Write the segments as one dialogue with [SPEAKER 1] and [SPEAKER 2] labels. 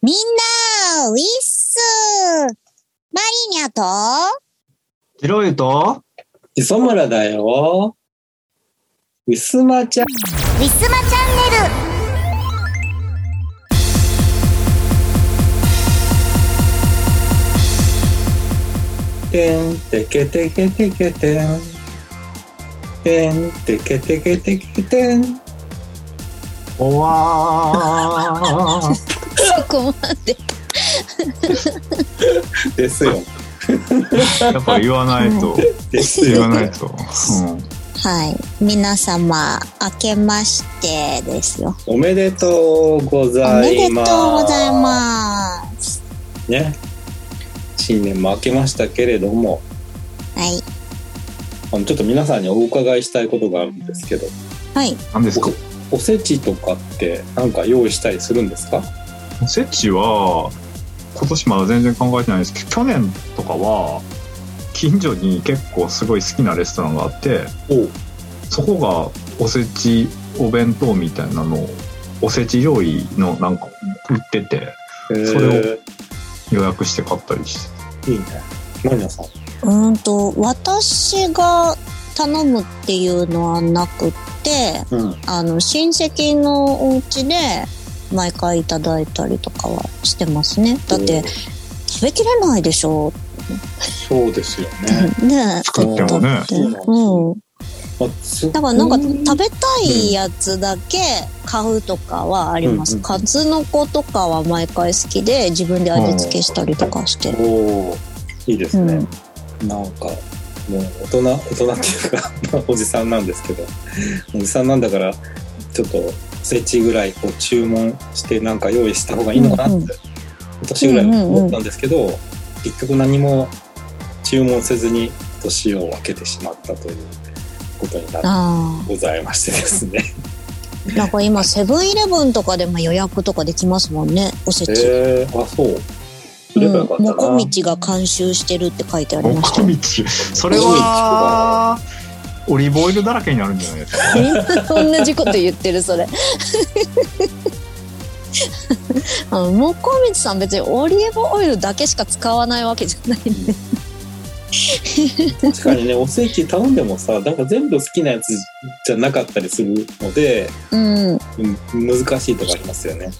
[SPEAKER 1] みんな、ウィッスマリニャと、
[SPEAKER 2] ジロユと、
[SPEAKER 3] 磯村だよ。ウィスマちゃん。
[SPEAKER 1] ウィスマチャンネル
[SPEAKER 3] てんてけてけてけてん。てんてけてけてけてん。
[SPEAKER 2] おわ ー。
[SPEAKER 1] そこまで。
[SPEAKER 3] ですよ。
[SPEAKER 2] やっぱ言わないと、
[SPEAKER 3] です
[SPEAKER 2] 言わ
[SPEAKER 3] よ。
[SPEAKER 2] ないと。うん
[SPEAKER 1] はい。皆様、明けましてですよ。
[SPEAKER 3] おめでとうご
[SPEAKER 1] お
[SPEAKER 3] ざ
[SPEAKER 1] めでとうご
[SPEAKER 3] います。
[SPEAKER 1] ざいます。
[SPEAKER 3] す。ね。新年も明けましたけれども、
[SPEAKER 1] はい。
[SPEAKER 3] あのちょっと皆さんにお伺いしたいことがあるんですけど、
[SPEAKER 1] はい。
[SPEAKER 2] 何ですか
[SPEAKER 3] おせちとかってなんか用意したりするんですか
[SPEAKER 2] おせちは、今年まだ全然考えてないんですけど、去年とかは、近所に結構すごい好きなレストランがあって、
[SPEAKER 3] おう
[SPEAKER 2] そこがおせちお弁当みたいなのを、おせち料理のなんか売ってて、
[SPEAKER 3] え
[SPEAKER 2] それを
[SPEAKER 3] ー、
[SPEAKER 2] 予約して買ったりして。
[SPEAKER 3] いいね。マニアさん。
[SPEAKER 1] うーんと、私が頼むっていうのはなくって、
[SPEAKER 3] うん。
[SPEAKER 1] あの、親戚のお家で、毎回いただいたりとかはしてますね。だって、食べきれないでしょ
[SPEAKER 3] そうですよ ね。
[SPEAKER 1] ねえ
[SPEAKER 2] 作ってもね
[SPEAKER 1] うん
[SPEAKER 3] う
[SPEAKER 1] だからなんか食べたいやつだけ買うとかはあります、
[SPEAKER 3] うんうん
[SPEAKER 1] 数の子とかは毎回好きで自分で味付けしたりとかして、
[SPEAKER 3] べおーいいです
[SPEAKER 1] うん
[SPEAKER 3] ね、なんかもう大人大人っていうかおじさんなんですけどおじさんなんだからちょっとおせちぐらいこう注文してなんか用意した方がいいのかなって、
[SPEAKER 1] うんうん
[SPEAKER 3] 今年ぐらい思ったんですけど、結局何も注文せずに年を分けてしまったということになって
[SPEAKER 1] あ
[SPEAKER 3] ございましてですね。
[SPEAKER 1] あなんか今セブンイレブンとかでも予約とかできますもんねおせち、
[SPEAKER 3] えー、あそうすれば
[SPEAKER 1] う
[SPEAKER 3] よ
[SPEAKER 1] ん
[SPEAKER 3] かっ、たな
[SPEAKER 1] もこみちが監修してるって書いてありまし
[SPEAKER 2] 道それはオリーブオイルだらけになるんじゃないですか
[SPEAKER 1] た同じこと言ってるそれ あのもこみちさん別にオリーブオイルだけしか使わないわけじゃないんで
[SPEAKER 3] 確 かにねおせち頼んでもさなんか全部好きなやつじゃなかったりするので、
[SPEAKER 1] うん
[SPEAKER 3] うん、難しいとこありますよね。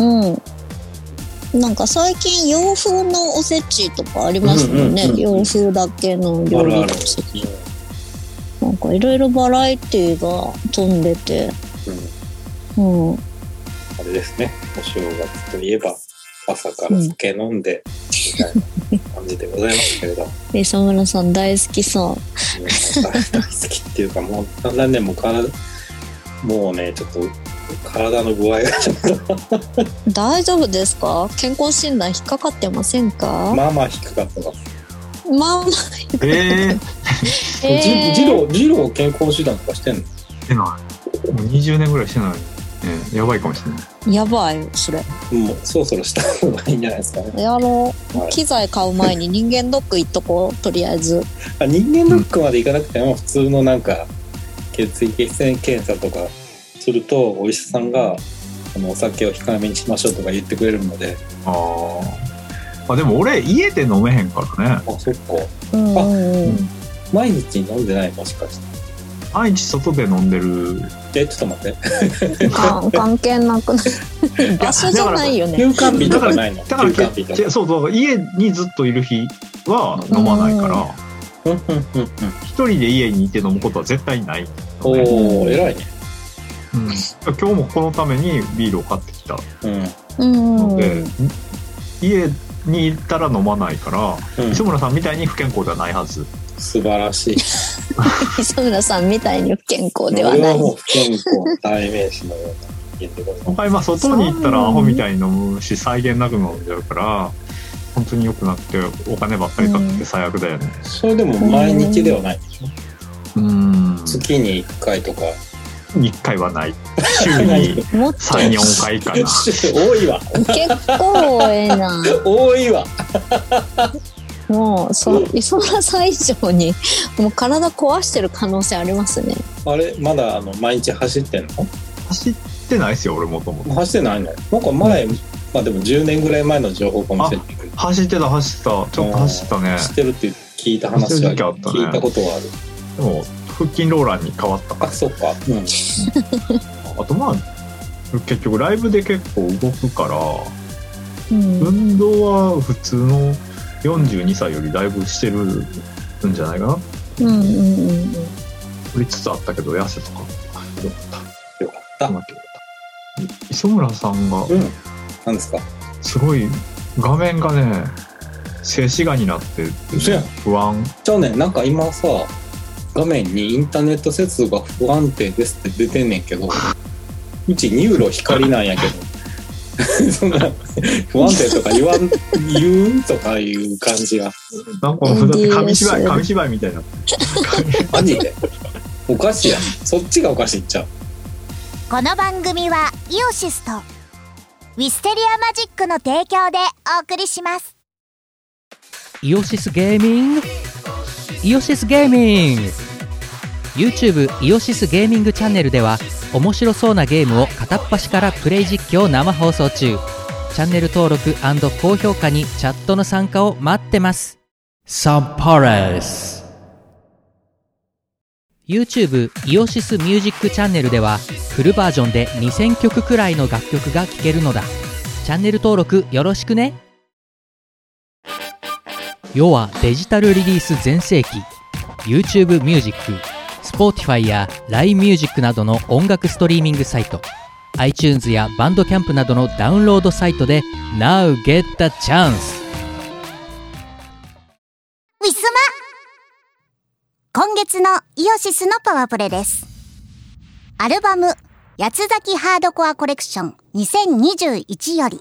[SPEAKER 1] うん。なんか最近洋風のおせちとかありますもんね。
[SPEAKER 3] うんうんうん
[SPEAKER 1] 洋風だけの
[SPEAKER 3] あ
[SPEAKER 1] 料理
[SPEAKER 3] るあ
[SPEAKER 1] の
[SPEAKER 3] る
[SPEAKER 1] おせち。なんかいろいろバラエティが飛んでて。
[SPEAKER 3] うん
[SPEAKER 1] うん。
[SPEAKER 3] あれですねお正月といえば朝から酒飲んでみたいな感じでございますけれど、ね
[SPEAKER 1] 磯村さん大好きそ
[SPEAKER 3] なんか大好きっていうかもう何年もからもうねちょっと体の具合がちょっ
[SPEAKER 1] う。大丈夫ですか健康診断引っかかってません
[SPEAKER 3] と
[SPEAKER 1] か
[SPEAKER 3] まあまあ低かったます。
[SPEAKER 1] まあまあ。
[SPEAKER 2] ええー、
[SPEAKER 1] えー
[SPEAKER 3] ジロージロー健康診断とかしてんの
[SPEAKER 2] してないもう20年ぐらいしてない、ええやばいかもしれない
[SPEAKER 1] やばい、それ。
[SPEAKER 3] もうそろそろした方がいいんじゃないですかね。
[SPEAKER 1] やろう。
[SPEAKER 3] はい
[SPEAKER 1] 機材買う前に人間ドック行っとこう、とりあえず。
[SPEAKER 3] あ人間ドックまで行かなくても普通のなんか血液検査とかするとお医者さんがあのお酒を控えめにしましょうとか言ってくれるので
[SPEAKER 2] あーあでも俺家で飲めへんからね
[SPEAKER 3] あそっか
[SPEAKER 1] うんうんうん。
[SPEAKER 3] 毎日飲んでないもしかして
[SPEAKER 2] 毎日外で飲んでる
[SPEAKER 3] えちょっと待って
[SPEAKER 1] あ関係な くない場所じゃないよね。
[SPEAKER 3] 休館日とかないの
[SPEAKER 2] だから
[SPEAKER 3] 休館日と
[SPEAKER 2] け
[SPEAKER 3] か
[SPEAKER 2] そうそう家にずっといる日は飲まないから
[SPEAKER 3] うんうんうんうん
[SPEAKER 2] 一人で家にいて飲むことは絶対ない、うん、
[SPEAKER 3] おお偉いね
[SPEAKER 2] 今日もこのためにビールを買ってきた
[SPEAKER 3] うん
[SPEAKER 1] うん
[SPEAKER 2] ので、家に行ったら飲まないから
[SPEAKER 3] うん
[SPEAKER 2] 磯村さんみたいに不健康ではないはず
[SPEAKER 3] 素晴らしい
[SPEAKER 1] 磯村さんみたいに不健康で
[SPEAKER 3] 俺
[SPEAKER 1] はな。
[SPEAKER 3] はいもう不健康の代名詞のような人間でござい
[SPEAKER 2] 今
[SPEAKER 3] ま
[SPEAKER 2] 回まあ外に行ったらアホみたいに飲むし際限なく飲んじゃうから本当に良くなくてお金ばっかりかかって最悪だよね
[SPEAKER 3] すそれでも毎日ではないでしょ
[SPEAKER 2] うん
[SPEAKER 3] 月に1回とか
[SPEAKER 2] 1回はない週に
[SPEAKER 1] もっと
[SPEAKER 2] 34回かな
[SPEAKER 3] 多いわ
[SPEAKER 1] 結構ええな。
[SPEAKER 3] 多いわ
[SPEAKER 1] もうそう磯村さん以上にもう体壊してる可能性ありますね。
[SPEAKER 3] あれまだあの毎日走ってんの
[SPEAKER 2] 走ってないですよ俺もともと
[SPEAKER 3] 走ってないのなんか前、まあでも10年ぐらい前の情報かもしれないけど
[SPEAKER 2] 走ってた走ってたちょっと走ってたね
[SPEAKER 3] 知ってるって聞いた話は
[SPEAKER 2] 知ってる時期あったね
[SPEAKER 3] 聞いたことはある
[SPEAKER 2] でも腹筋ローラーに変わった
[SPEAKER 3] あそっかうん
[SPEAKER 2] あとまあ結局ライブで結構動くから
[SPEAKER 1] うん
[SPEAKER 2] 運動は普通の42歳よりだいぶしてるんじゃないかな
[SPEAKER 1] うんうんうん
[SPEAKER 2] 取りつつあったけど痩せとかったよかった
[SPEAKER 3] よかった
[SPEAKER 2] うまくいった磯村さんが
[SPEAKER 3] うんなんですか
[SPEAKER 2] すごい画面がね静止画になって
[SPEAKER 3] 嘘やん
[SPEAKER 2] 不安
[SPEAKER 3] じゃあねなんか今さ画面にインターネット接続が不安定ですって出てんねんけどうちニューロ光なんやけど そんな不安定とか言わん言うんとかいう感じが
[SPEAKER 2] なんかだって紙芝居
[SPEAKER 1] NDS
[SPEAKER 2] 紙芝居みたいになって
[SPEAKER 3] マジでおかしいやんそっちがおかしいっちゃう
[SPEAKER 4] この番組はイオシスとウィステリアマジックの提供でお送りします
[SPEAKER 5] イオシスゲーミングイオシスゲーミング YouTube イオシスゲーミングチャンネルでは面白そうなゲームを片っ端からプレイ実況生放送中チャンネル登録高評価にチャットの参加を待ってますサンパレス YouTube イオシスミュージックチャンネルではフルバージョンで2000曲くらいの楽曲が聴けるのだチャンネル登録よろしくね世はデジタルリリース全盛期 YouTube ミュージック Spotify や LINE ミュージックなどの音楽ストリーミングサイト iTunes やバンドキャンプなどのダウンロードサイトで Now get the chance
[SPEAKER 4] ウィスマ今月のイオシスのパワープレですアルバム八つ咲きハードコアコレクション2021より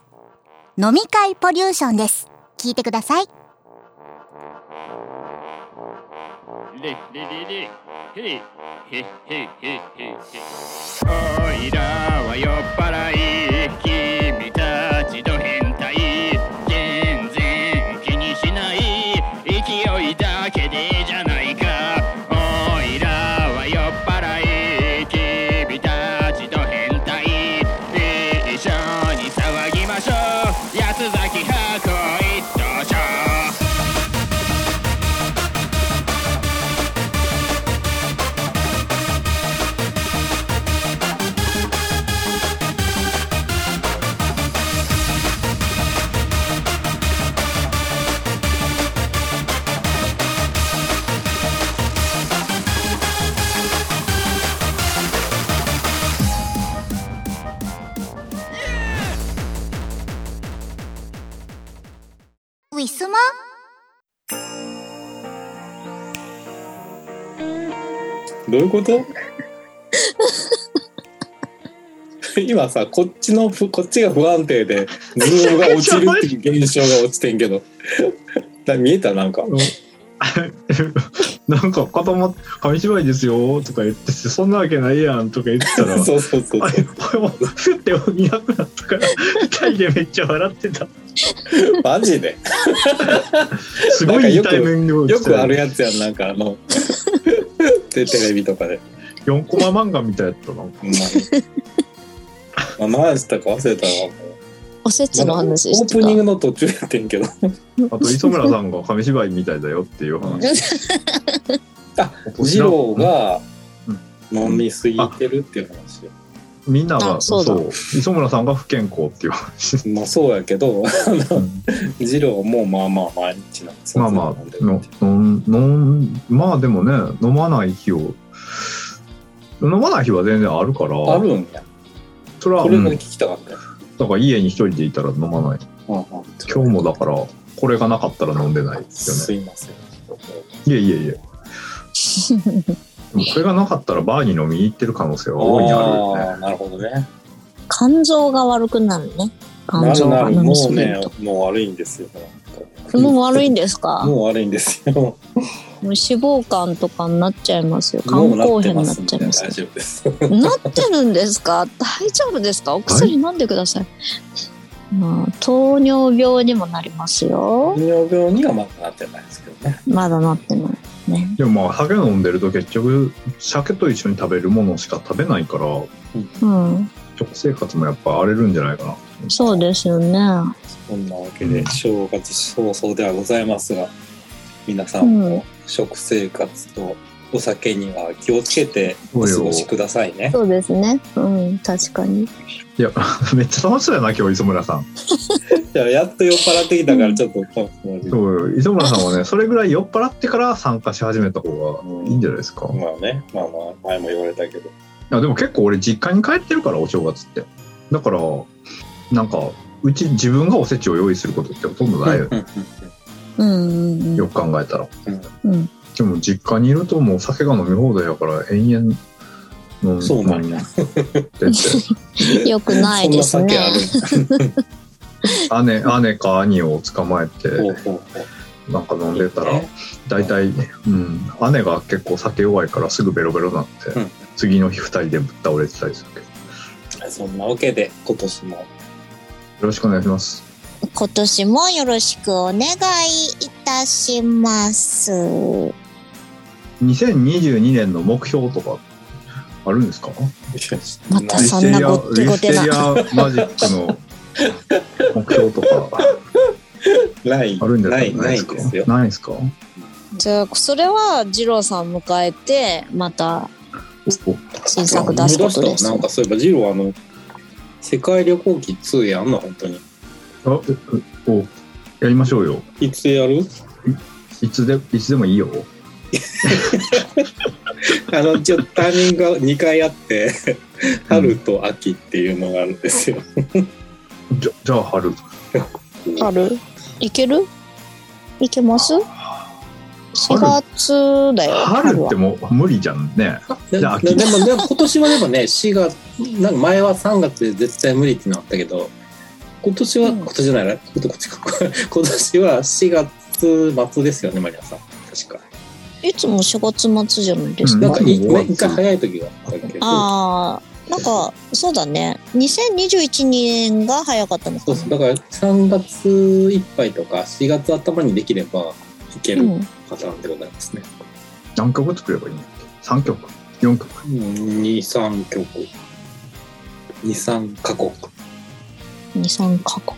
[SPEAKER 4] 飲み会ポリューションです聞いてください
[SPEAKER 6] レレレレへいへへへへへおいらは酔っ払い君たちと変態全然気にしない勢いだけでじゃないかおいらは酔っ払い君たちと変態一緒に騒ぎましょう八つ咲き箱一等賞
[SPEAKER 4] ウィスマ
[SPEAKER 3] どういうこと 今さこっちのふこっちが不安定でズームが落ちるっていう現象が落ちてんけど な見えたなんか
[SPEAKER 2] なんか子供紙芝居ですよとか言っててそんなわけないやんとか言ってたら
[SPEAKER 3] そうそうそう
[SPEAKER 2] あれこれもふって見なくなったから二人でめっちゃ笑ってた
[SPEAKER 3] マジです
[SPEAKER 2] ごいいいタイミングを
[SPEAKER 3] よくあるやつやんなんかあのでテレビとかで
[SPEAKER 2] 4コマ漫画みたいやったな
[SPEAKER 3] ほんま に、まあ、何したか忘れたわ
[SPEAKER 1] おせちの
[SPEAKER 3] なんか
[SPEAKER 1] 話
[SPEAKER 3] オ
[SPEAKER 1] し
[SPEAKER 3] ープニ
[SPEAKER 1] て
[SPEAKER 3] ン
[SPEAKER 1] た
[SPEAKER 3] グの途中やってんけど
[SPEAKER 2] あと磯村さんが紙芝居みたいだよっていう話
[SPEAKER 3] あ
[SPEAKER 2] お
[SPEAKER 3] 二郎が
[SPEAKER 2] うん
[SPEAKER 3] 飲みすぎてるっていう話
[SPEAKER 2] みんなが
[SPEAKER 1] あそうだ
[SPEAKER 2] 磯村さんが不健康っていう 話
[SPEAKER 3] まあそうやけど二郎もまあまあ毎日なんです
[SPEAKER 2] まあまあのののまあでもね飲まない日を飲まない日は全然あるから
[SPEAKER 3] あるんや
[SPEAKER 2] それは
[SPEAKER 3] これ
[SPEAKER 2] うん
[SPEAKER 3] が聞きたかったよ、
[SPEAKER 2] だから家に一人でいたら飲まない
[SPEAKER 3] うんうん
[SPEAKER 2] 今日もだからこれがなかったら飲んでないです
[SPEAKER 3] す
[SPEAKER 2] よね
[SPEAKER 3] いません
[SPEAKER 2] いえいえいえでもこれがなかったらバーに飲みに行ってる可能性は大いにあるよね
[SPEAKER 3] あーなるほどね
[SPEAKER 1] 感情が悪くなるね感
[SPEAKER 3] なる
[SPEAKER 1] 情
[SPEAKER 3] な
[SPEAKER 1] が
[SPEAKER 3] るも
[SPEAKER 1] 飲みす
[SPEAKER 3] う
[SPEAKER 1] ぎる
[SPEAKER 3] ね
[SPEAKER 1] と
[SPEAKER 3] もう悪いんですよ
[SPEAKER 1] もう悪い
[SPEAKER 3] ん
[SPEAKER 1] んですか
[SPEAKER 3] もう悪いんですよ
[SPEAKER 1] もう脂肪肝とかになっちゃいますよ
[SPEAKER 3] も
[SPEAKER 1] 肝
[SPEAKER 3] う
[SPEAKER 1] 硬変
[SPEAKER 3] なって
[SPEAKER 1] に
[SPEAKER 3] ま
[SPEAKER 1] なっ
[SPEAKER 3] すん
[SPEAKER 1] ちゃ
[SPEAKER 3] で
[SPEAKER 1] いま
[SPEAKER 3] 大
[SPEAKER 1] す
[SPEAKER 3] 丈夫です
[SPEAKER 1] なってるんですか大丈夫ですかお薬飲んでください、まあ、糖尿病にもなりますよ
[SPEAKER 3] 糖尿病にはまだなってないですけどね
[SPEAKER 1] まだなってないね
[SPEAKER 2] でもまあ酒飲んでると結局鮭と一緒に食べるものしか食べないから
[SPEAKER 1] うん
[SPEAKER 2] 食生活もやっぱ荒れるんじゃないかな
[SPEAKER 1] そうですよね。
[SPEAKER 3] そんなわけで、正月早々ではございますが、皆さ
[SPEAKER 1] うんん
[SPEAKER 3] も。食生活とお酒には気をつけてお過ごしくださいね。
[SPEAKER 1] そうですね。うん、確かに。
[SPEAKER 2] いやめっちゃ楽しそうやな今日磯村さん
[SPEAKER 3] じゃあやっと酔っ払ってきたから、ちょっとこの人、
[SPEAKER 2] そう磯村さんはねそれぐらい酔っ払ってから参加し始めた方がいいんじゃないですか、い
[SPEAKER 3] まあね、まあまあ、前も言われたけど。
[SPEAKER 2] やでも結構俺実家に帰ってるからお正月ってだからなんかうち自分がおせちを用意することってほとんどないよね、
[SPEAKER 1] うんうんう
[SPEAKER 2] よ
[SPEAKER 1] ん
[SPEAKER 2] く考えたら
[SPEAKER 1] うん。
[SPEAKER 2] でも実家にいるともう酒が飲み放題やから延々飲ん
[SPEAKER 3] そうなん
[SPEAKER 2] 飲
[SPEAKER 3] や
[SPEAKER 2] んでて
[SPEAKER 1] よくないですね。
[SPEAKER 3] そんな酒
[SPEAKER 2] 姉姉か兄を捕まえて
[SPEAKER 3] あるんだほうほうほう
[SPEAKER 2] なんか飲んでたら大体、うん、姉が結構酒弱いからすぐベロベロになって、
[SPEAKER 3] うん
[SPEAKER 2] 次の日2人でぶっ倒れてたりするけどよ
[SPEAKER 3] そんなわけで、今年も
[SPEAKER 2] ろしくお願いします
[SPEAKER 1] 今年もよろしくお願いいたします。
[SPEAKER 2] 2022年の目標とかあるんですか
[SPEAKER 1] また
[SPEAKER 3] ない
[SPEAKER 1] そんなごってごてな
[SPEAKER 2] リステリアリステリアマジックの目標とか
[SPEAKER 3] ない、
[SPEAKER 2] あるんじゃ
[SPEAKER 3] な
[SPEAKER 2] ない
[SPEAKER 3] い、ない
[SPEAKER 2] ですか
[SPEAKER 3] ですよ。
[SPEAKER 2] ないですか
[SPEAKER 1] じゃあ、それは、二郎さん迎えて、また
[SPEAKER 2] お
[SPEAKER 1] 新作出すことです
[SPEAKER 3] な。んかそういえば、ジロー、あの、世界旅行記2やんの、本当に。
[SPEAKER 2] あえおやりましょうよ
[SPEAKER 3] いつやる
[SPEAKER 2] いつでいつでもいいよ
[SPEAKER 3] あの、ちょっとタイミングが2回あって、春と秋っていうのがあるんですよ。
[SPEAKER 2] じゃじゃあ春
[SPEAKER 1] あるいけるいけます ?4 月だよ。
[SPEAKER 2] 春って
[SPEAKER 1] は
[SPEAKER 2] もう無理じゃんね
[SPEAKER 3] で
[SPEAKER 2] じゃあ秋
[SPEAKER 3] でもでも今年はでもね4月なんか前は3月で絶対無理っていうのあったけど今年は、
[SPEAKER 1] うん
[SPEAKER 3] 今年じゃないなここっちか 今年は4月末ですよねマリアさん確か
[SPEAKER 1] いつも4月末じゃないです
[SPEAKER 2] うん
[SPEAKER 1] か。
[SPEAKER 3] なんかい
[SPEAKER 2] まあもう
[SPEAKER 3] 一回早い時があったけど
[SPEAKER 1] ああ、なんか、そうだね。2021年が早かったのか
[SPEAKER 3] そう
[SPEAKER 1] な。
[SPEAKER 3] そうだから3月いっぱいとか4月頭にできればいける
[SPEAKER 1] うん
[SPEAKER 3] パターンでございますね、
[SPEAKER 2] 何曲作ればいいんだっけ3曲4曲
[SPEAKER 3] 23曲23カ国
[SPEAKER 1] 2、3カ国。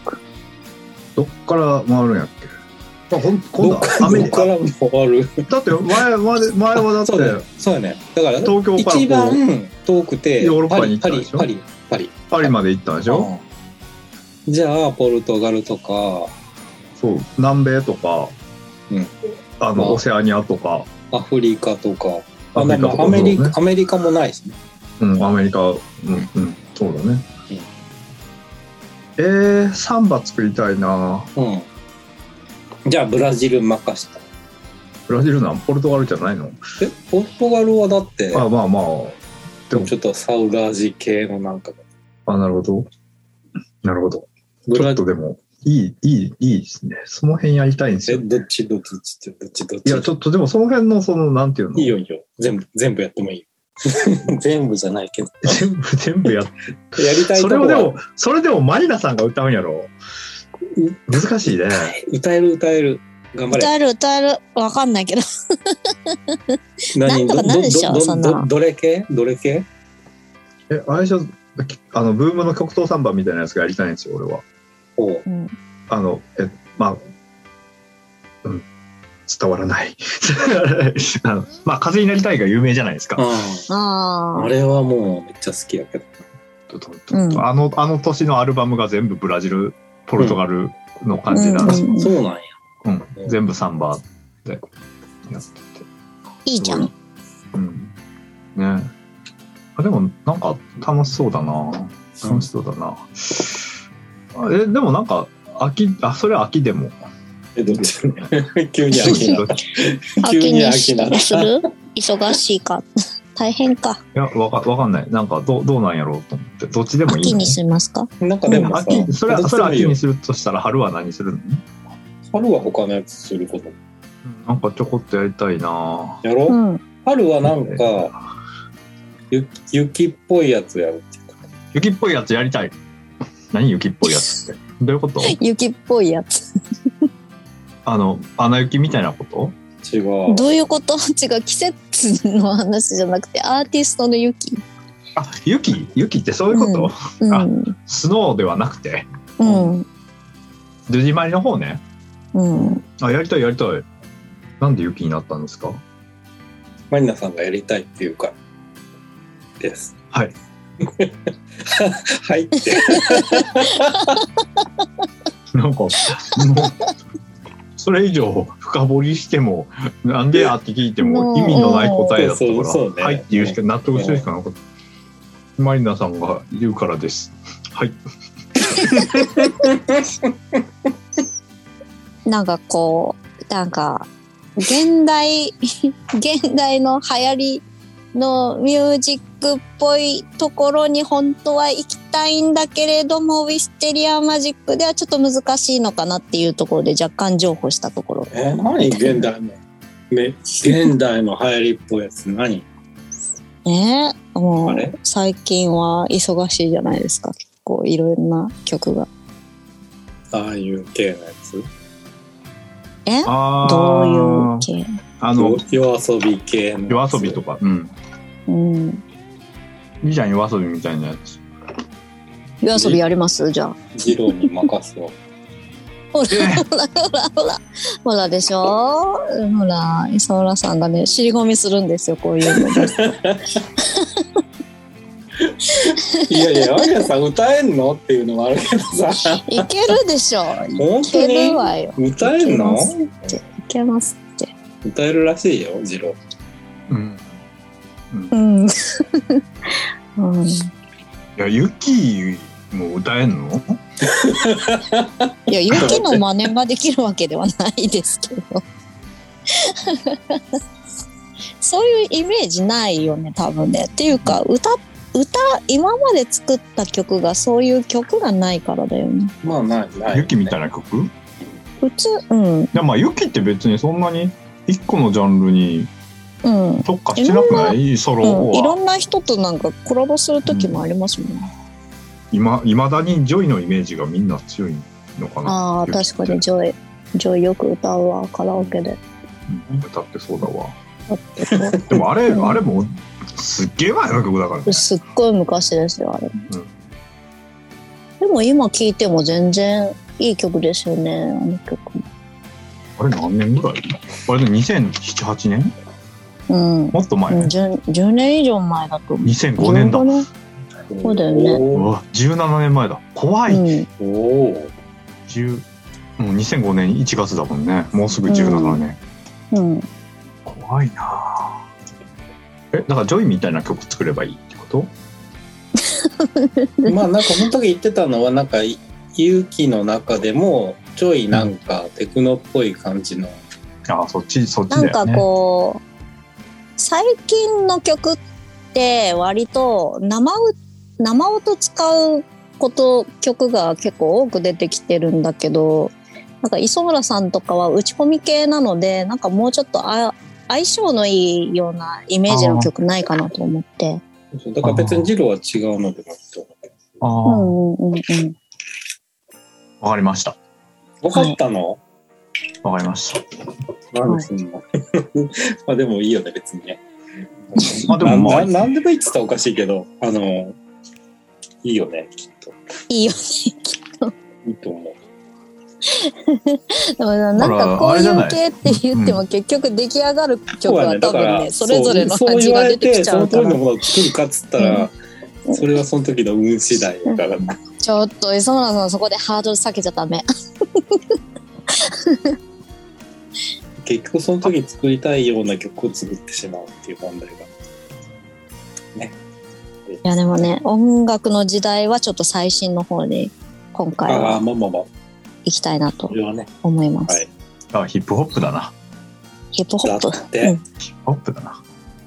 [SPEAKER 2] どっから回るんやっけ、まあ、ほん今度
[SPEAKER 3] どっか
[SPEAKER 2] はア
[SPEAKER 3] ら
[SPEAKER 2] メ
[SPEAKER 3] どっ
[SPEAKER 2] リ
[SPEAKER 3] か
[SPEAKER 2] カ
[SPEAKER 3] らもある
[SPEAKER 2] だって前まで前はだって
[SPEAKER 3] そうだよそうだねだから
[SPEAKER 2] 東京からこう
[SPEAKER 3] 一番遠くて
[SPEAKER 2] ヨーロッパに行ったでしょ
[SPEAKER 3] パリパリパリパ
[SPEAKER 2] パ
[SPEAKER 3] リ
[SPEAKER 2] リまで行ったんでしょ
[SPEAKER 3] うんじゃあポルトガルとか
[SPEAKER 2] そう南米とか、
[SPEAKER 3] うん
[SPEAKER 2] あ
[SPEAKER 3] まあ
[SPEAKER 2] のオセアニアとか
[SPEAKER 3] アフリカとか
[SPEAKER 2] ア
[SPEAKER 3] あ
[SPEAKER 2] フ
[SPEAKER 3] で
[SPEAKER 2] リカと
[SPEAKER 3] も
[SPEAKER 2] か
[SPEAKER 3] アメリ
[SPEAKER 2] そう
[SPEAKER 3] カ
[SPEAKER 2] ね
[SPEAKER 3] アメリカもないしね
[SPEAKER 2] うん、アメリカ、うん、うん、そうだね。
[SPEAKER 3] うん
[SPEAKER 2] えー、サンバ作りたいな
[SPEAKER 3] うんじゃあブラジル任した
[SPEAKER 2] ブラジルなんポルトガルじゃないの
[SPEAKER 3] えポルトガルはだって
[SPEAKER 2] あまあまあ。でも
[SPEAKER 3] ちょっとサウラージ系のなんか
[SPEAKER 2] あ、なるほど。なるほど。
[SPEAKER 3] ブ
[SPEAKER 2] ちょ
[SPEAKER 3] ラ
[SPEAKER 2] っ
[SPEAKER 3] ジ
[SPEAKER 2] と
[SPEAKER 3] ル
[SPEAKER 2] でも、いい、いい、いいですね。その辺やりたいんです
[SPEAKER 3] え
[SPEAKER 2] よ。
[SPEAKER 3] どっちどっちどっちどっちどっち
[SPEAKER 2] いや、ちょっとでもその辺の、その、なんていうの
[SPEAKER 3] いいよいいよ全部全部やってもい い全部じゃな いけど
[SPEAKER 2] 全部、全部やって。
[SPEAKER 3] やりたい
[SPEAKER 2] そ
[SPEAKER 3] と
[SPEAKER 2] れ
[SPEAKER 3] こ
[SPEAKER 2] をで
[SPEAKER 3] は
[SPEAKER 2] も、それでもマリナさんが歌うんやろ。難しいね。
[SPEAKER 3] 歌える歌える頑張れ
[SPEAKER 1] 歌える歌える。わかんないけど。な
[SPEAKER 3] 何
[SPEAKER 1] んとかなるでしょ
[SPEAKER 3] どど
[SPEAKER 1] そんな
[SPEAKER 3] どどれ系どれ系
[SPEAKER 2] え、あれでしょあの、ブームの極東サンバみたいなやつがやりたいんですよ、俺は。
[SPEAKER 3] おう
[SPEAKER 1] うん
[SPEAKER 2] あの、え、まあ、うん、伝わらない。 あのまあ、風になりたいが有名じゃないですか。
[SPEAKER 3] あ
[SPEAKER 1] ああ。
[SPEAKER 3] れはもうめっちゃ好きやけど
[SPEAKER 1] うん
[SPEAKER 2] あの、あの年のアルバムが全部ブラジル、ポルトガルの感じなんですよ。
[SPEAKER 1] うん
[SPEAKER 3] そうなんや
[SPEAKER 2] うん
[SPEAKER 3] うん
[SPEAKER 2] 全部サンバでやってて。
[SPEAKER 1] いいじゃん。
[SPEAKER 2] うん。ねあでも、なんか楽しそうだな。楽しそうだな。あえ、でもなんか、秋、あ、それは秋でも。
[SPEAKER 3] えどっち 急に 飽きな
[SPEAKER 1] 秋
[SPEAKER 3] 急に
[SPEAKER 1] に
[SPEAKER 3] 飽きな
[SPEAKER 1] する忙しいか。大変か。
[SPEAKER 2] いや、わかわかんない。なんかどう、どうなんやろうと思って。どっちでもいいの
[SPEAKER 1] 秋にしますか
[SPEAKER 3] なんかでもさ
[SPEAKER 2] 秋それは、それは秋
[SPEAKER 3] どっ
[SPEAKER 2] に
[SPEAKER 3] ち
[SPEAKER 2] するとしたら、春は何するの
[SPEAKER 3] でもいいよ春は他のやつすること
[SPEAKER 2] なんかちょこっとやりたいなぁ
[SPEAKER 3] やろ、
[SPEAKER 1] うん。
[SPEAKER 3] 春はなんかゆ雪っぽいやつやるっていうか
[SPEAKER 2] 雪っぽいやつやりたい。何雪っぽいやつって。どういうこと
[SPEAKER 1] 雪っぽいやつ。
[SPEAKER 2] あの、穴雪みたいなこと
[SPEAKER 3] 違う
[SPEAKER 1] どういうこと違う。季節の話じゃなくて、アーティストの雪。
[SPEAKER 2] あ雪雪ってそういうこと、
[SPEAKER 1] うん
[SPEAKER 2] スノーではなくて
[SPEAKER 1] うん
[SPEAKER 2] ジュジマリの方ね
[SPEAKER 1] うん
[SPEAKER 2] あやりたいやりたいなんで雪になったんですか
[SPEAKER 3] マリナさんがやりたいっていうからです。
[SPEAKER 2] はい。
[SPEAKER 3] はいって。
[SPEAKER 2] なんかもうそれ以上深掘りしてもなんでやって聞いても意味のない答えだったから
[SPEAKER 3] うんそうそうね
[SPEAKER 2] はい」って言うしか納得するしかなかったマリナさんが言うからですはい
[SPEAKER 1] なんかこうなんか現代 現代の流行りのミュージックっぽいところに本当は行きたいんだけれどもウィステリアマジックではちょっと難しいのかなっていうところで若干譲歩したところ
[SPEAKER 3] え何現代のめ現代の流行りっぽいやつ何
[SPEAKER 1] ねえも
[SPEAKER 3] あ
[SPEAKER 1] う
[SPEAKER 3] れ
[SPEAKER 1] 最近は忙しいじゃないですか結構いろんな曲が
[SPEAKER 3] ああいう系のやつ
[SPEAKER 2] あ
[SPEAKER 1] どういう
[SPEAKER 2] う
[SPEAKER 1] 系
[SPEAKER 2] あの
[SPEAKER 3] 夜遊び系の
[SPEAKER 2] 夜遊びと
[SPEAKER 3] か
[SPEAKER 2] かうん
[SPEAKER 1] うん
[SPEAKER 2] いいじゃん夜遊びみたいなやつ
[SPEAKER 1] 夜遊びやりますじゃあ
[SPEAKER 3] 二郎に任すわ
[SPEAKER 1] ほらほらほらほらほらでしょほら磯村さんがね尻込みするんですよこう いうの
[SPEAKER 3] いやいやマリナさん歌えんのっていうのもあるけど さ
[SPEAKER 1] いけるでしょ
[SPEAKER 3] 本
[SPEAKER 1] いけ
[SPEAKER 3] 当
[SPEAKER 1] る
[SPEAKER 3] に
[SPEAKER 1] わよ
[SPEAKER 3] 歌えんの
[SPEAKER 1] いけますっていけますって
[SPEAKER 3] 歌えるらしいよ二郎
[SPEAKER 2] うん
[SPEAKER 1] うんうん
[SPEAKER 2] いや雪も歌えんの
[SPEAKER 1] いや、ゆきの真似ができるわけではないですけど。 そういうイメージないよね、多分ね。っていうか、歌、歌、今まで作った曲がそういう曲がないからだよね。
[SPEAKER 3] まあないない
[SPEAKER 2] 雪みたいな曲い
[SPEAKER 1] 普通、うん、
[SPEAKER 2] やまあ雪って別にそんなに一個のジャンルに
[SPEAKER 1] うん。
[SPEAKER 2] 特化してなくないソ
[SPEAKER 1] う
[SPEAKER 2] ロ
[SPEAKER 1] ん、いろ
[SPEAKER 2] は
[SPEAKER 1] んな人となんかコラボする時もありますもん、ね
[SPEAKER 2] 今いまだにジョイのイメージがみんな強いのかな
[SPEAKER 1] ああ確かにジョイジョイよく歌うわカラオケ で
[SPEAKER 2] うん歌ってそうだわ
[SPEAKER 1] だってこう
[SPEAKER 2] でもあれあれもすっげえ前の曲だからね
[SPEAKER 1] すっごい昔ですよあれ、でも今聴いても全然いい曲ですよねあの曲も
[SPEAKER 2] あれ何年ぐらいあれで2007,8年
[SPEAKER 1] うん、
[SPEAKER 2] もっと前、
[SPEAKER 1] うん、10, 10年以上前だと思う
[SPEAKER 2] 2005年だ
[SPEAKER 1] 15
[SPEAKER 2] う
[SPEAKER 1] 年そうだよね
[SPEAKER 3] おー
[SPEAKER 2] わ17年前だ怖い、
[SPEAKER 1] うん、
[SPEAKER 3] おー
[SPEAKER 2] 10もう2005年1月だもんねもうすぐ17年、
[SPEAKER 1] うん、
[SPEAKER 2] 怖いなあえだからジョイみたいな曲作ればいいってこと
[SPEAKER 3] まあなんかその時言ってたのはなんか勇気の中でもちょいなんかテクノっぽい感じの
[SPEAKER 2] ああそっちそっち
[SPEAKER 1] なん
[SPEAKER 2] だよ
[SPEAKER 1] か
[SPEAKER 2] ね
[SPEAKER 1] こう最近の曲って割と生う生音使うこと曲が結構多く出てきてるんだけどなんか磯村さんとかは打ち込み系なのでなんかもうちょっとあ相性のいいようなイメージの曲ないかなと思って。
[SPEAKER 3] そうだから別にジローは違うのでもいいと思
[SPEAKER 2] ああ
[SPEAKER 1] う
[SPEAKER 2] わ、
[SPEAKER 1] んうんうんうん。
[SPEAKER 2] かりました
[SPEAKER 3] う。分かったの、
[SPEAKER 2] わかりました
[SPEAKER 3] 何すんの まあでもいいよね別にね。
[SPEAKER 2] まあでもまあ
[SPEAKER 3] なななんでもいいって言ったらおかしいけどあのいいよねきっと
[SPEAKER 1] いいよね。
[SPEAKER 3] いいと思う。
[SPEAKER 1] でもなんかこう
[SPEAKER 2] ほらあれ
[SPEAKER 1] い
[SPEAKER 2] じゃな
[SPEAKER 1] う
[SPEAKER 2] い
[SPEAKER 1] 系って言っても結局出来上がる曲
[SPEAKER 3] そう
[SPEAKER 1] は
[SPEAKER 3] やだ
[SPEAKER 1] 多
[SPEAKER 3] か
[SPEAKER 1] 分
[SPEAKER 3] ら
[SPEAKER 1] ねそれぞれの
[SPEAKER 3] そう
[SPEAKER 1] 味が出てきちゃう
[SPEAKER 3] そ
[SPEAKER 1] か
[SPEAKER 3] う言われてその通り
[SPEAKER 1] ら
[SPEAKER 3] の。ものを作るかっつったら、それはその時の運次第だから。
[SPEAKER 1] ちょっと磯村さんそこでハードル下げちゃダメ。
[SPEAKER 3] 結局その時作りたいような曲を作ってしまうっていう問題が。
[SPEAKER 1] いやでもね音楽の時代はちょっと最新の方に今回
[SPEAKER 3] ああ
[SPEAKER 1] は
[SPEAKER 3] まあまあまあ
[SPEAKER 1] 行きたいなと
[SPEAKER 3] それはね
[SPEAKER 1] 思います。
[SPEAKER 3] はい
[SPEAKER 2] だからヒップホップだな
[SPEAKER 1] ヒップホ
[SPEAKER 3] だ
[SPEAKER 1] ップ。
[SPEAKER 3] って、
[SPEAKER 1] うん
[SPEAKER 2] ヒップホップだな
[SPEAKER 3] ね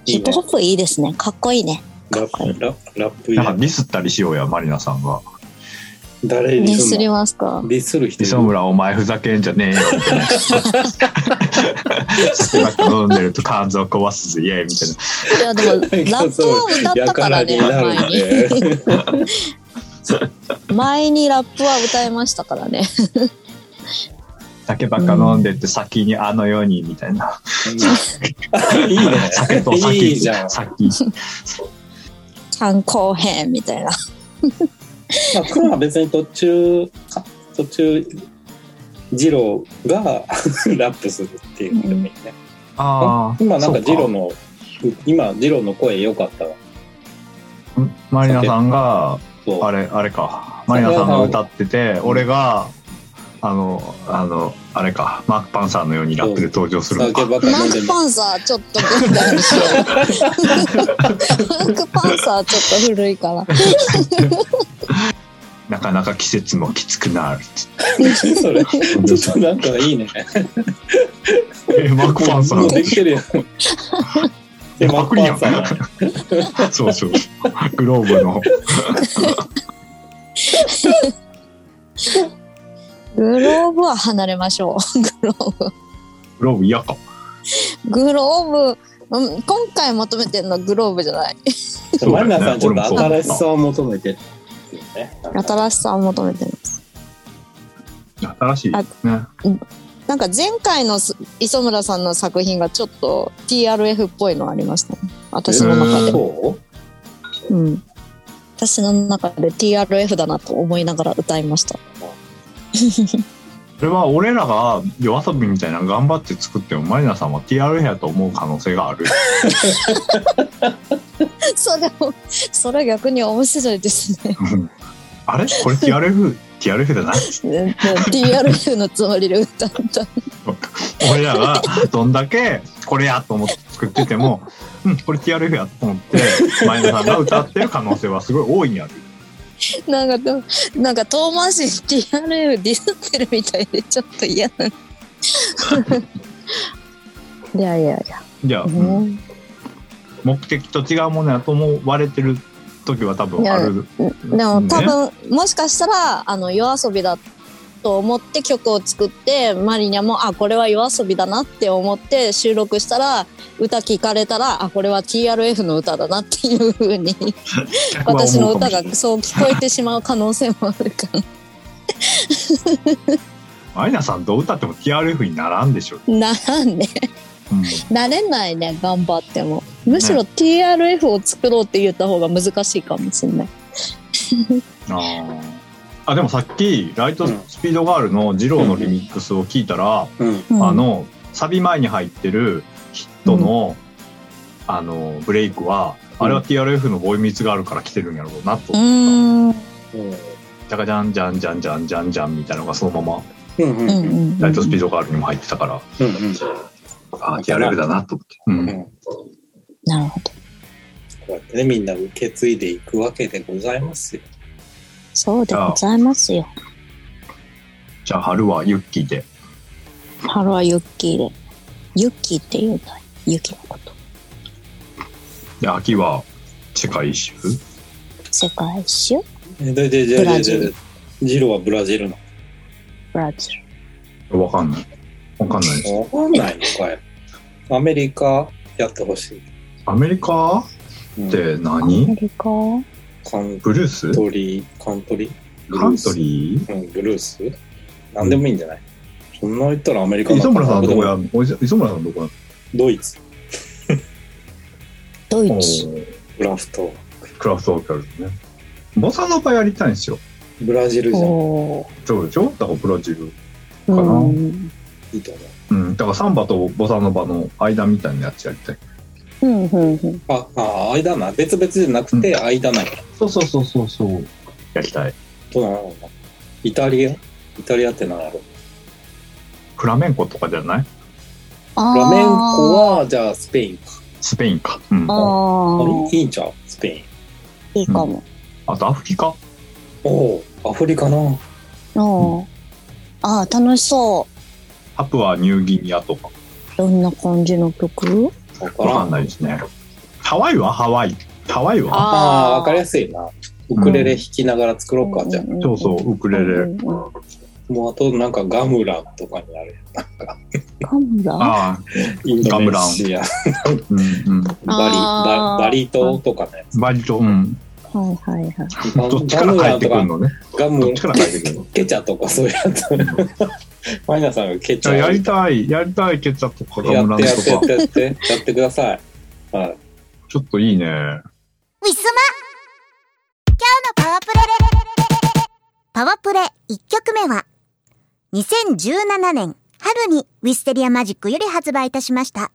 [SPEAKER 1] ヒップホップいいですね。かっこいいね。
[SPEAKER 3] ラップララップ
[SPEAKER 2] なんか
[SPEAKER 3] や
[SPEAKER 2] ディスったりしようやマリナさんが
[SPEAKER 3] 誰
[SPEAKER 1] デ
[SPEAKER 3] に
[SPEAKER 1] ィ
[SPEAKER 3] す
[SPEAKER 1] ス
[SPEAKER 3] ん
[SPEAKER 1] り
[SPEAKER 3] の
[SPEAKER 1] ますか
[SPEAKER 3] ディス
[SPEAKER 2] 「
[SPEAKER 3] る人いる
[SPEAKER 2] 磯村お前ふざけんじゃねえよ」みたいな酒ばっか飲んでると肝臓壊すぜイエーイみたいない
[SPEAKER 1] やで もラップを歌ったからね
[SPEAKER 3] やらにな
[SPEAKER 1] 前に。
[SPEAKER 3] るんで
[SPEAKER 1] 前にラップは歌いましたからね。
[SPEAKER 2] 酒ばっか飲んでって先にあの世にみたいな、
[SPEAKER 3] いいね
[SPEAKER 2] 酒と先
[SPEAKER 3] いいじゃん
[SPEAKER 2] 先
[SPEAKER 1] 参考編みたいな。
[SPEAKER 3] まあ、黒は別に途中、か途中、ジローが ラップするっていうのでもいいね。
[SPEAKER 2] ああ。
[SPEAKER 3] 今なんかジロ
[SPEAKER 2] の。
[SPEAKER 3] ーの、今ジローの声良かったわ。
[SPEAKER 2] マリナさんが、
[SPEAKER 3] そう
[SPEAKER 2] あれ、あれか。マリナさんが歌ってて、俺が、あの、あの、あれか。マークパンサーのようにラップで登場するの
[SPEAKER 3] 酒
[SPEAKER 2] か。
[SPEAKER 3] ばっか
[SPEAKER 1] マ
[SPEAKER 3] 飲ん
[SPEAKER 1] ー
[SPEAKER 3] で
[SPEAKER 1] クパンサーちょっと現代にしよう。マークパンサーちょっと古いから。
[SPEAKER 2] なかなか季節もきつくなるって
[SPEAKER 3] る。それ、ちょっとなんかいいね。
[SPEAKER 2] えマークパンサ
[SPEAKER 3] もうで
[SPEAKER 2] ー。
[SPEAKER 3] きてる よ。で、マ
[SPEAKER 2] パ
[SPEAKER 3] ック
[SPEAKER 2] クリや
[SPEAKER 3] パン
[SPEAKER 2] ん
[SPEAKER 3] サー が。
[SPEAKER 2] そうそう。グローブの。
[SPEAKER 1] グローブは離れましょう。グロー
[SPEAKER 2] グローブ嫌か。
[SPEAKER 1] ブ。グローブ、うん、今回求めてるのはグローブじゃない。
[SPEAKER 2] そうだ
[SPEAKER 3] マリ
[SPEAKER 2] よね
[SPEAKER 3] ナさん、ちょっと新しさを求めてるよね。
[SPEAKER 1] 新しさを求めてます。
[SPEAKER 2] 新しい。ね。
[SPEAKER 1] なんか前回のす磯村さんの作品がちょっと TRF っぽいのありましたね。私の中
[SPEAKER 2] え
[SPEAKER 1] で。
[SPEAKER 3] そう
[SPEAKER 1] うん。私の中で TRF だなと思いながら歌いました。
[SPEAKER 2] それは俺らが夜遊びみたいなの頑張って作ってもマリナさんは TRF やと思う可能性がある。
[SPEAKER 1] それも、それ逆に面白いです ね。
[SPEAKER 2] うんあれこれ TRF、TRF だな。
[SPEAKER 1] で TRF のつもりで歌った。
[SPEAKER 2] 俺らがどんだけこれやと思って作ってても、うん、これ TRF やと思って、マリナさんが歌ってる可能性はすごい大いにある。
[SPEAKER 1] なんかでも、なんか遠回しに TRF ディスってるみたいで、ちょっと嫌な。いやいやいや。
[SPEAKER 2] じゃあ、うん
[SPEAKER 1] ね
[SPEAKER 2] 目的と違うものやと思われてる時は多分ある。
[SPEAKER 1] でも
[SPEAKER 2] ね
[SPEAKER 1] 多分、もしかしたら、あの、夜遊びだと思って曲を作って、マリニャも、あ、これは夜遊びだなって思って収録したら、歌聞かれたら、あ、これは TRF の歌だなっていうふうに、
[SPEAKER 2] 逆は
[SPEAKER 1] 私
[SPEAKER 2] 思
[SPEAKER 1] の
[SPEAKER 2] うか
[SPEAKER 1] 歌
[SPEAKER 2] もしれない
[SPEAKER 1] がそう聞こえてしまう可能性もある から。
[SPEAKER 2] マリナさんどう歌っても TRF にならんでしょ。
[SPEAKER 1] ならんね。
[SPEAKER 2] うん
[SPEAKER 1] なれないね頑張ってもむしろ TRF を作ろうって言った方が難しいかもしれない
[SPEAKER 2] あーあでもさっき「ライトスピードガール」の二郎のリミックスを聞いたら、
[SPEAKER 3] うん。
[SPEAKER 1] うん
[SPEAKER 2] あのサビ前に入ってるヒットの,、あのブレイクは、あれは TRF のボーイミーツガールから来てるんやろうなと、
[SPEAKER 1] う
[SPEAKER 2] ジ
[SPEAKER 1] んうん
[SPEAKER 3] うん
[SPEAKER 2] ャカジャンジャンジャンジャンジャンジャンみたいなのがそのまま
[SPEAKER 3] うんうん
[SPEAKER 1] う
[SPEAKER 3] うん
[SPEAKER 1] ん
[SPEAKER 2] 「ライトスピードガール」にも入ってたから、
[SPEAKER 3] うん
[SPEAKER 2] ああ TRF だなと思って、う
[SPEAKER 3] うん
[SPEAKER 2] ん、
[SPEAKER 3] こ
[SPEAKER 1] なるほど
[SPEAKER 3] うやってねみんな受け継いでいくわけでございますよ。
[SPEAKER 1] そうでございますよ
[SPEAKER 2] じゃあ春はユッキーで
[SPEAKER 1] ハロはユッキーでユッキーって言うんだユキのこと
[SPEAKER 2] で秋は世界一周
[SPEAKER 1] 世界一周
[SPEAKER 3] えででで
[SPEAKER 1] ブラ
[SPEAKER 3] で
[SPEAKER 1] ジル
[SPEAKER 3] でジローはブラジルな
[SPEAKER 1] ブラジル
[SPEAKER 2] わかんないわかんない
[SPEAKER 3] の。わかんないのかい。アメリカやってほしい。
[SPEAKER 2] アメリカ
[SPEAKER 3] うん
[SPEAKER 2] って
[SPEAKER 1] ア
[SPEAKER 2] 何、
[SPEAKER 1] メリカ
[SPEAKER 3] カン
[SPEAKER 2] ブルース
[SPEAKER 3] トリーカントリー
[SPEAKER 2] カントリー
[SPEAKER 3] ー。うんブルース。なんでもいいんじゃない。そんな言ったらアメリカなんか
[SPEAKER 2] 磯村さんはどこやんのおい磯村さんはどこやんの
[SPEAKER 3] ドイツ
[SPEAKER 1] ド
[SPEAKER 2] お
[SPEAKER 1] イツ
[SPEAKER 2] ー
[SPEAKER 3] ブラフト
[SPEAKER 2] クラフトオーカルね。ボサノバやりたいんですよ。
[SPEAKER 3] ブラジルじゃん。
[SPEAKER 1] おー
[SPEAKER 2] そうでしょだからブラジル。
[SPEAKER 1] う
[SPEAKER 2] かなん
[SPEAKER 3] いいと思う。
[SPEAKER 2] うん。だからサンバとボサノバの間みたいなやつやりたい。
[SPEAKER 1] うんうんうん
[SPEAKER 3] ああ間な別々じゃなくて間ない。
[SPEAKER 2] そうそうそうそうそう。やりたい。
[SPEAKER 3] どうなのかな。イタリアイタリアって何やろ。
[SPEAKER 2] フラメンコとかじゃない
[SPEAKER 1] あー
[SPEAKER 3] フラメンコはじゃあスペインか。
[SPEAKER 2] スペインか。うん。あ
[SPEAKER 1] あ
[SPEAKER 3] あ
[SPEAKER 1] ー
[SPEAKER 3] いいんちゃうスペイン。
[SPEAKER 1] いいかも
[SPEAKER 2] とアフリカ。
[SPEAKER 3] おお、アフリカな。
[SPEAKER 1] うんあー楽しそう
[SPEAKER 2] ハプはニューギニアとか。
[SPEAKER 1] どんな感じの曲
[SPEAKER 3] わか
[SPEAKER 2] わ
[SPEAKER 3] ら
[SPEAKER 2] かん
[SPEAKER 3] ん。
[SPEAKER 2] ないですね。ハワイはハワイ。ハワイは
[SPEAKER 3] ああ、わかり
[SPEAKER 1] や
[SPEAKER 3] やすいな。ウクレレ弾きながら作ろうか、じゃあ。
[SPEAKER 2] そうそう、ウクレレ。
[SPEAKER 3] もうあとなんかガムランとかにあるやん。なんか、
[SPEAKER 1] カムラ
[SPEAKER 2] ああ、
[SPEAKER 3] インドネシア、
[SPEAKER 2] うんうん。
[SPEAKER 3] バリ、
[SPEAKER 1] あ
[SPEAKER 3] バ
[SPEAKER 1] ー
[SPEAKER 3] バリ島とかのやつ。
[SPEAKER 2] バリと、うん。
[SPEAKER 1] はいはいはい。
[SPEAKER 3] ガ
[SPEAKER 2] どっちから帰ってくるのね。
[SPEAKER 3] ガム
[SPEAKER 2] ど
[SPEAKER 3] ラ
[SPEAKER 2] っ
[SPEAKER 3] ン
[SPEAKER 2] ち
[SPEAKER 3] とか、
[SPEAKER 2] か
[SPEAKER 3] ガ
[SPEAKER 2] ら
[SPEAKER 3] ム、
[SPEAKER 2] 帰ってくるの。
[SPEAKER 3] ケチャとかそういうやつ。 マイナさんがケチ
[SPEAKER 2] じゃあ
[SPEAKER 3] ャ
[SPEAKER 2] やりたい、やりたいケチャップとかガ
[SPEAKER 3] や
[SPEAKER 2] ムラ
[SPEAKER 3] っ
[SPEAKER 2] ン
[SPEAKER 3] てやっ
[SPEAKER 2] と
[SPEAKER 3] てやっ
[SPEAKER 2] か。
[SPEAKER 3] てやって、やってください。はい。
[SPEAKER 2] ちょっといいね。
[SPEAKER 4] ウィスマパワプレ1曲目は、2017年春にウィステリアマジックより発売いたしました。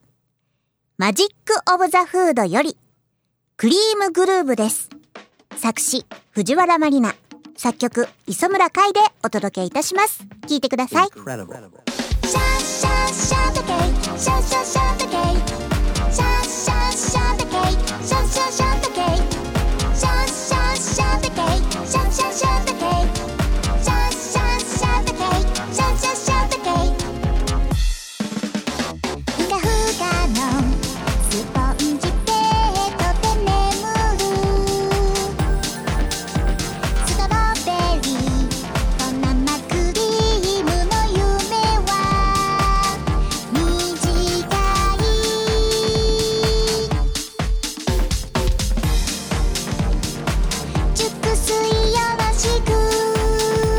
[SPEAKER 4] マジック・オブ・ザ・フードより、クリームグルーブです。作詞、藤原まりな。作曲、磯村海でお届けいたします。聴いてください。シャッシャッシャッタケイシャッシャッシャッタケイシャッシャッシャッタケイシャッシャッシャッタケイシャッシャッシャッタケイシャッシャッシャッタケイシャッシャッシャッタケイシャッシャッシャッタケイふかふかのスポンジベッドで眠るストロベリーと生クリームの夢は短い熟睡よろしく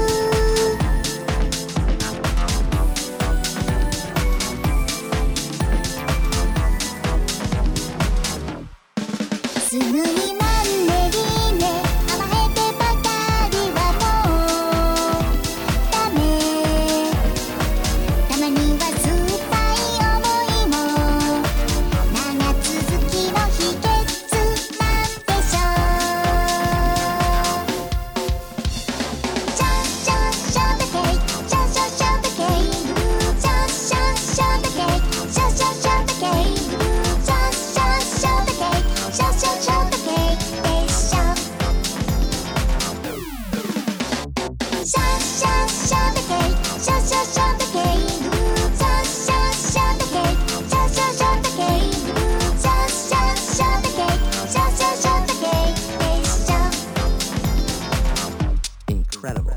[SPEAKER 4] すぐにマンネリね甘えてばかりはもうダメたまには酸っぱい思いも長続きの秘訣なんでしょうシャッシャッシャッタケイシャッシャッシャッタケイシャッシャッシャッタケイシャッシャッシャッタケイシャッシャッシャッタケイシャッシャッシャッタケイでしょシャッシャッシャッタケイシャッシャッシャッタケイシャッシャッシャッタケイシャッシャッシャッタケイシャッシャッシャッタケイシャッシャッシャッタケイでしょ
[SPEAKER 7] Incredible.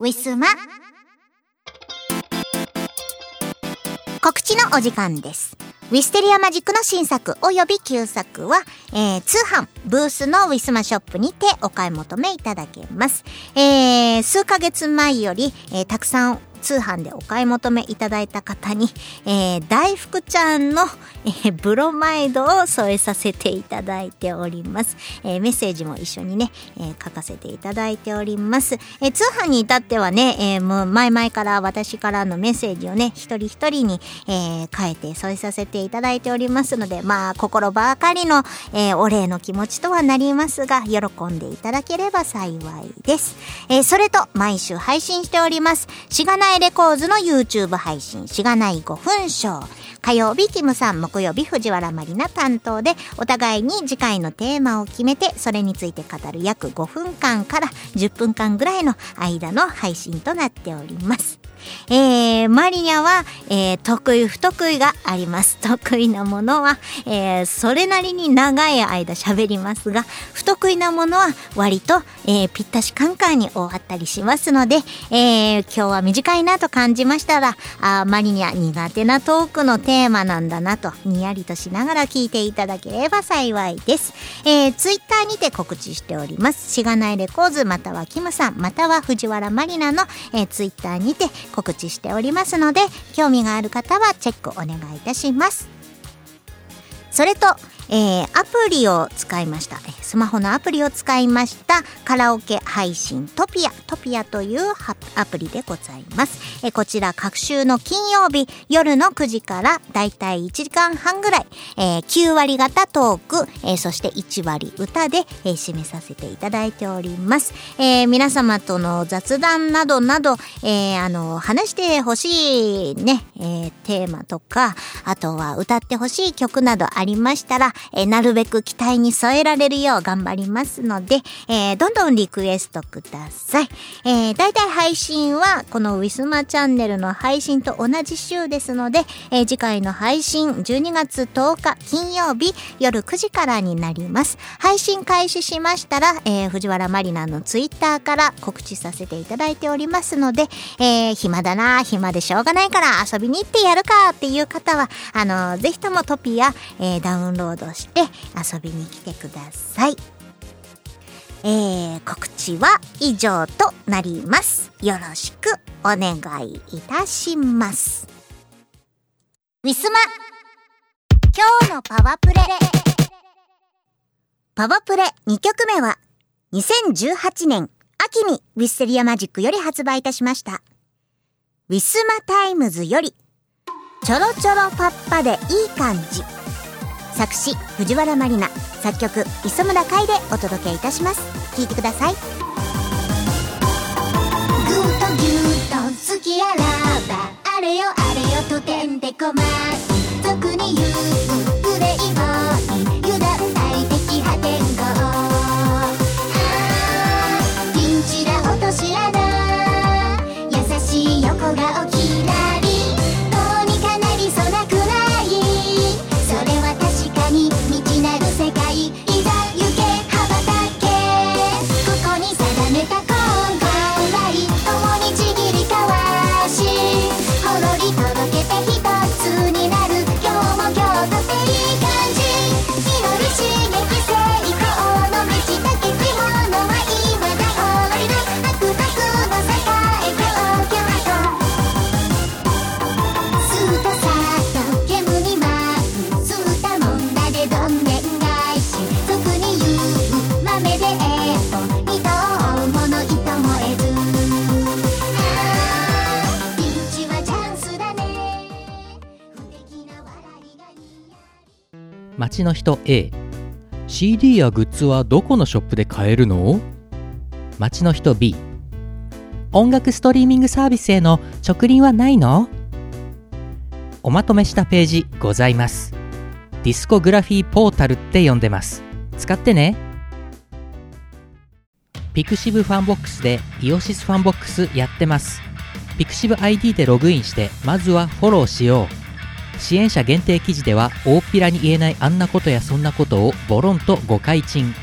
[SPEAKER 4] ウィスマ告知のお時間です。ウィステリアマジックの新作および旧作は、えー通販、ブースのウィスマショップにてお買い求めいただけます。えー数ヶ月前より、えーたくさん通販でお買い求めいただいた方に、えー大福ちゃんの、えーブロマイドを添えさせていただいております。えーメッセージも一緒にね、えー書かせていただいております。えー通販に至ってはね、えーもう前々から私からのメッセージをね、一人一人に、えー変えて添えさせていただいておりますので、まあ、心ばかりの、えーお礼の気持ちとはなりますが、喜んでいただければ幸いです。えーそれと、毎週配信しております、しがないレコーズの YouTube 配信、しがない5分ショー。火曜日、キムさん、木曜日、藤原まりな担当で、お互いに次回のテーマを決めて、それについて語る約5分間から10分間ぐらいの間の配信となっております。えー、マリニャは、えー得意不得意があります。得意なものは、えーそれなりに長い間喋りますが、不得意なものは割と、えーぴったしカンカンに終わったりしますので、えー今日は短いなと感じましたら、あーマリニャ苦手なトークのテーマなんだなと、にやりとしながら聞いていただければ幸いです。えー、ツイッターにて告知しております。しがないレコーズ、またはキムさん、または藤原マリナの、えー、ツイッターにて告知しておりますので、興味がある方はチェックお願いいたします。それと、えーアプリを使いました。えースマホのアプリを使いました。カラオケ配信トピア。トピアというはアプリでございます。えーこちら、各週の金曜日、夜の9時からだいたい1時間半ぐらい、えー9割型トーク、えーそして1割歌で、えー締めさせていただいております。えー皆様との雑談などなど、えーあの、話してほしいね、えーテーマとか、あとは歌ってほしい曲などありましたら、えーなるべく期待に添えられるよう頑張りますので、えーどんどんリクエストください。えー、大体配信は、このウィスマチャンネルの配信と同じ週ですので、えー次回の配信、12月10日金曜日夜9時からになります。配信開始しましたら、えー藤原まりなのツイッターから告知させていただいておりますので、えー暇だな、暇でしょうがないから遊びに行ってやるかっていう方は、あのーぜひともトピア、えーダウンロードして遊びに来てください。えー告知は以上となります。よろしくお願いいたします。ウィスマ今日のパワプレパワプレ2曲目は、2018年秋にウィステリアマジックより発売いたしました。ウィスマタイムズより、ちょろちょろパッパでいい感じ。作詞、藤原まりな、作曲、磯村海でお届けいたします。聴いてください。
[SPEAKER 7] ぐっとぎゅっと好きやらばあれよあれよとてんでこま俗に言うプレイボーイ油断大敵破天荒あー銀ちら落とし穴優しい横顔きらりどうにかなりそうなくらいそれは確かに未知なる世界いざ行け羽ばたけここに定めたコンコンライン共にちぎり交わしほろり届けて一つになる今日も今日とっていい感じ実り刺激成功の道だけ希望のは今だ降りる白濁の世界東京都「すうとさーっと煙にまく」「すうたもんだでどんでん返し」「俗に言う豆でえっと」「いとうものいともえず」「ピンチはチャンスだね」「不敵な笑いが似合う」
[SPEAKER 5] 街の人 A CD やグッズはどこのショップで買えるの街の人 B 音楽ストリーミングサービスへの直輪はないのおまとめしたページございますディスコグラフィーポータルって呼んでます使ってねピクシブファンボックスでイオシスファンボックスやってますピクシブ ID でログインしてまずはフォローしよう支援者限定記事では大っぴらに言えないあんなことやそんなことをボロンと誤解賃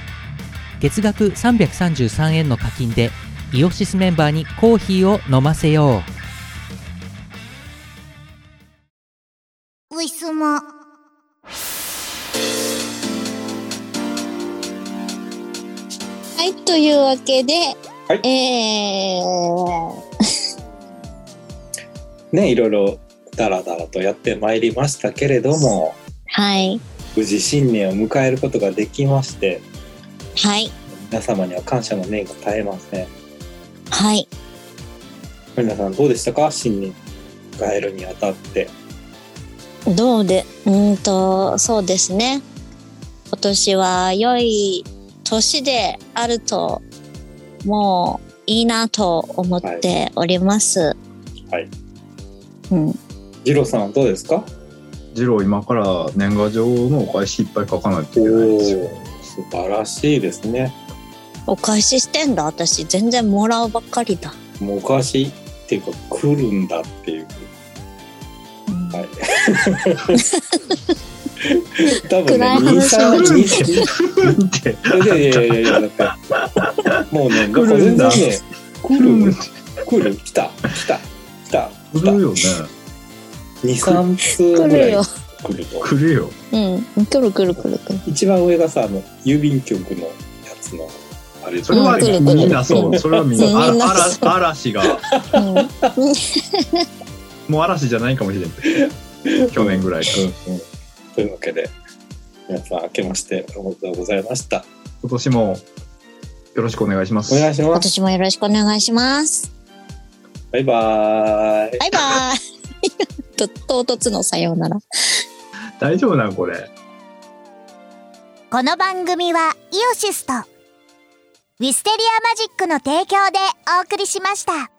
[SPEAKER 5] 月額333円の課金でイオシスメンバーにコーヒーを飲ませよう
[SPEAKER 4] ウィスマ。
[SPEAKER 1] はい、というわけで、
[SPEAKER 3] はい
[SPEAKER 1] えー、
[SPEAKER 3] ねいろいろダラダラとやってまいりましたけれども
[SPEAKER 1] はい、
[SPEAKER 3] 無事新年を迎えることができまして
[SPEAKER 1] はい、
[SPEAKER 3] 皆様には感謝の念が絶えません
[SPEAKER 1] はい。
[SPEAKER 3] 皆さんどうでしたか新年迎えるにあたって
[SPEAKER 1] どうで、うーんと、そうですね。今年は良い年であると、もういいなと思っております。
[SPEAKER 3] はい。
[SPEAKER 1] うん。
[SPEAKER 3] ジローさんはどうですか
[SPEAKER 2] ジロー今から年賀状のお返しいっぱい書かないといけないん
[SPEAKER 3] お
[SPEAKER 2] ですよ。
[SPEAKER 3] 素晴らしいですね
[SPEAKER 1] お返ししてんだ、私。全然もらうばっかりだ。
[SPEAKER 3] もうおかしいっていうか来るんだっていう
[SPEAKER 1] うん
[SPEAKER 3] はい多
[SPEAKER 1] 暗い
[SPEAKER 3] 分ね
[SPEAKER 1] 話になっちゃう
[SPEAKER 3] 23
[SPEAKER 2] って
[SPEAKER 3] いやいやいやいやなんかもうねなんか
[SPEAKER 2] 来る
[SPEAKER 3] 全然
[SPEAKER 2] んだ
[SPEAKER 3] ね来る来る来た来た来た
[SPEAKER 2] 来る
[SPEAKER 3] 来た
[SPEAKER 2] よね。
[SPEAKER 3] 23通ぐ
[SPEAKER 1] 来
[SPEAKER 3] ら
[SPEAKER 1] る
[SPEAKER 3] い
[SPEAKER 1] よ。
[SPEAKER 3] 来ると
[SPEAKER 2] 来るよ。
[SPEAKER 1] うん。くるくるくるくる。
[SPEAKER 3] 一番上がさあの郵便局のやつのあれ
[SPEAKER 2] それは
[SPEAKER 1] 来る来る
[SPEAKER 2] みんなそう。それはみ んなあ
[SPEAKER 1] みんな
[SPEAKER 2] ら嵐嵐が
[SPEAKER 1] うん。
[SPEAKER 2] もう嵐じゃないかもしれ ない。去年ぐらいから。
[SPEAKER 3] うんうんというわけで皆さん明けましておめでとうございました
[SPEAKER 2] 今年もよろしくお願いします。
[SPEAKER 3] お願いし
[SPEAKER 1] 今
[SPEAKER 3] ます
[SPEAKER 1] 年もよろしくお願いします。
[SPEAKER 3] バイバーイ
[SPEAKER 1] バイバーイ。 と唐突のさようなら。
[SPEAKER 2] 大丈夫なのこれ。
[SPEAKER 4] この番組はイオシスとウィステリアマジックの提供でお送りしました。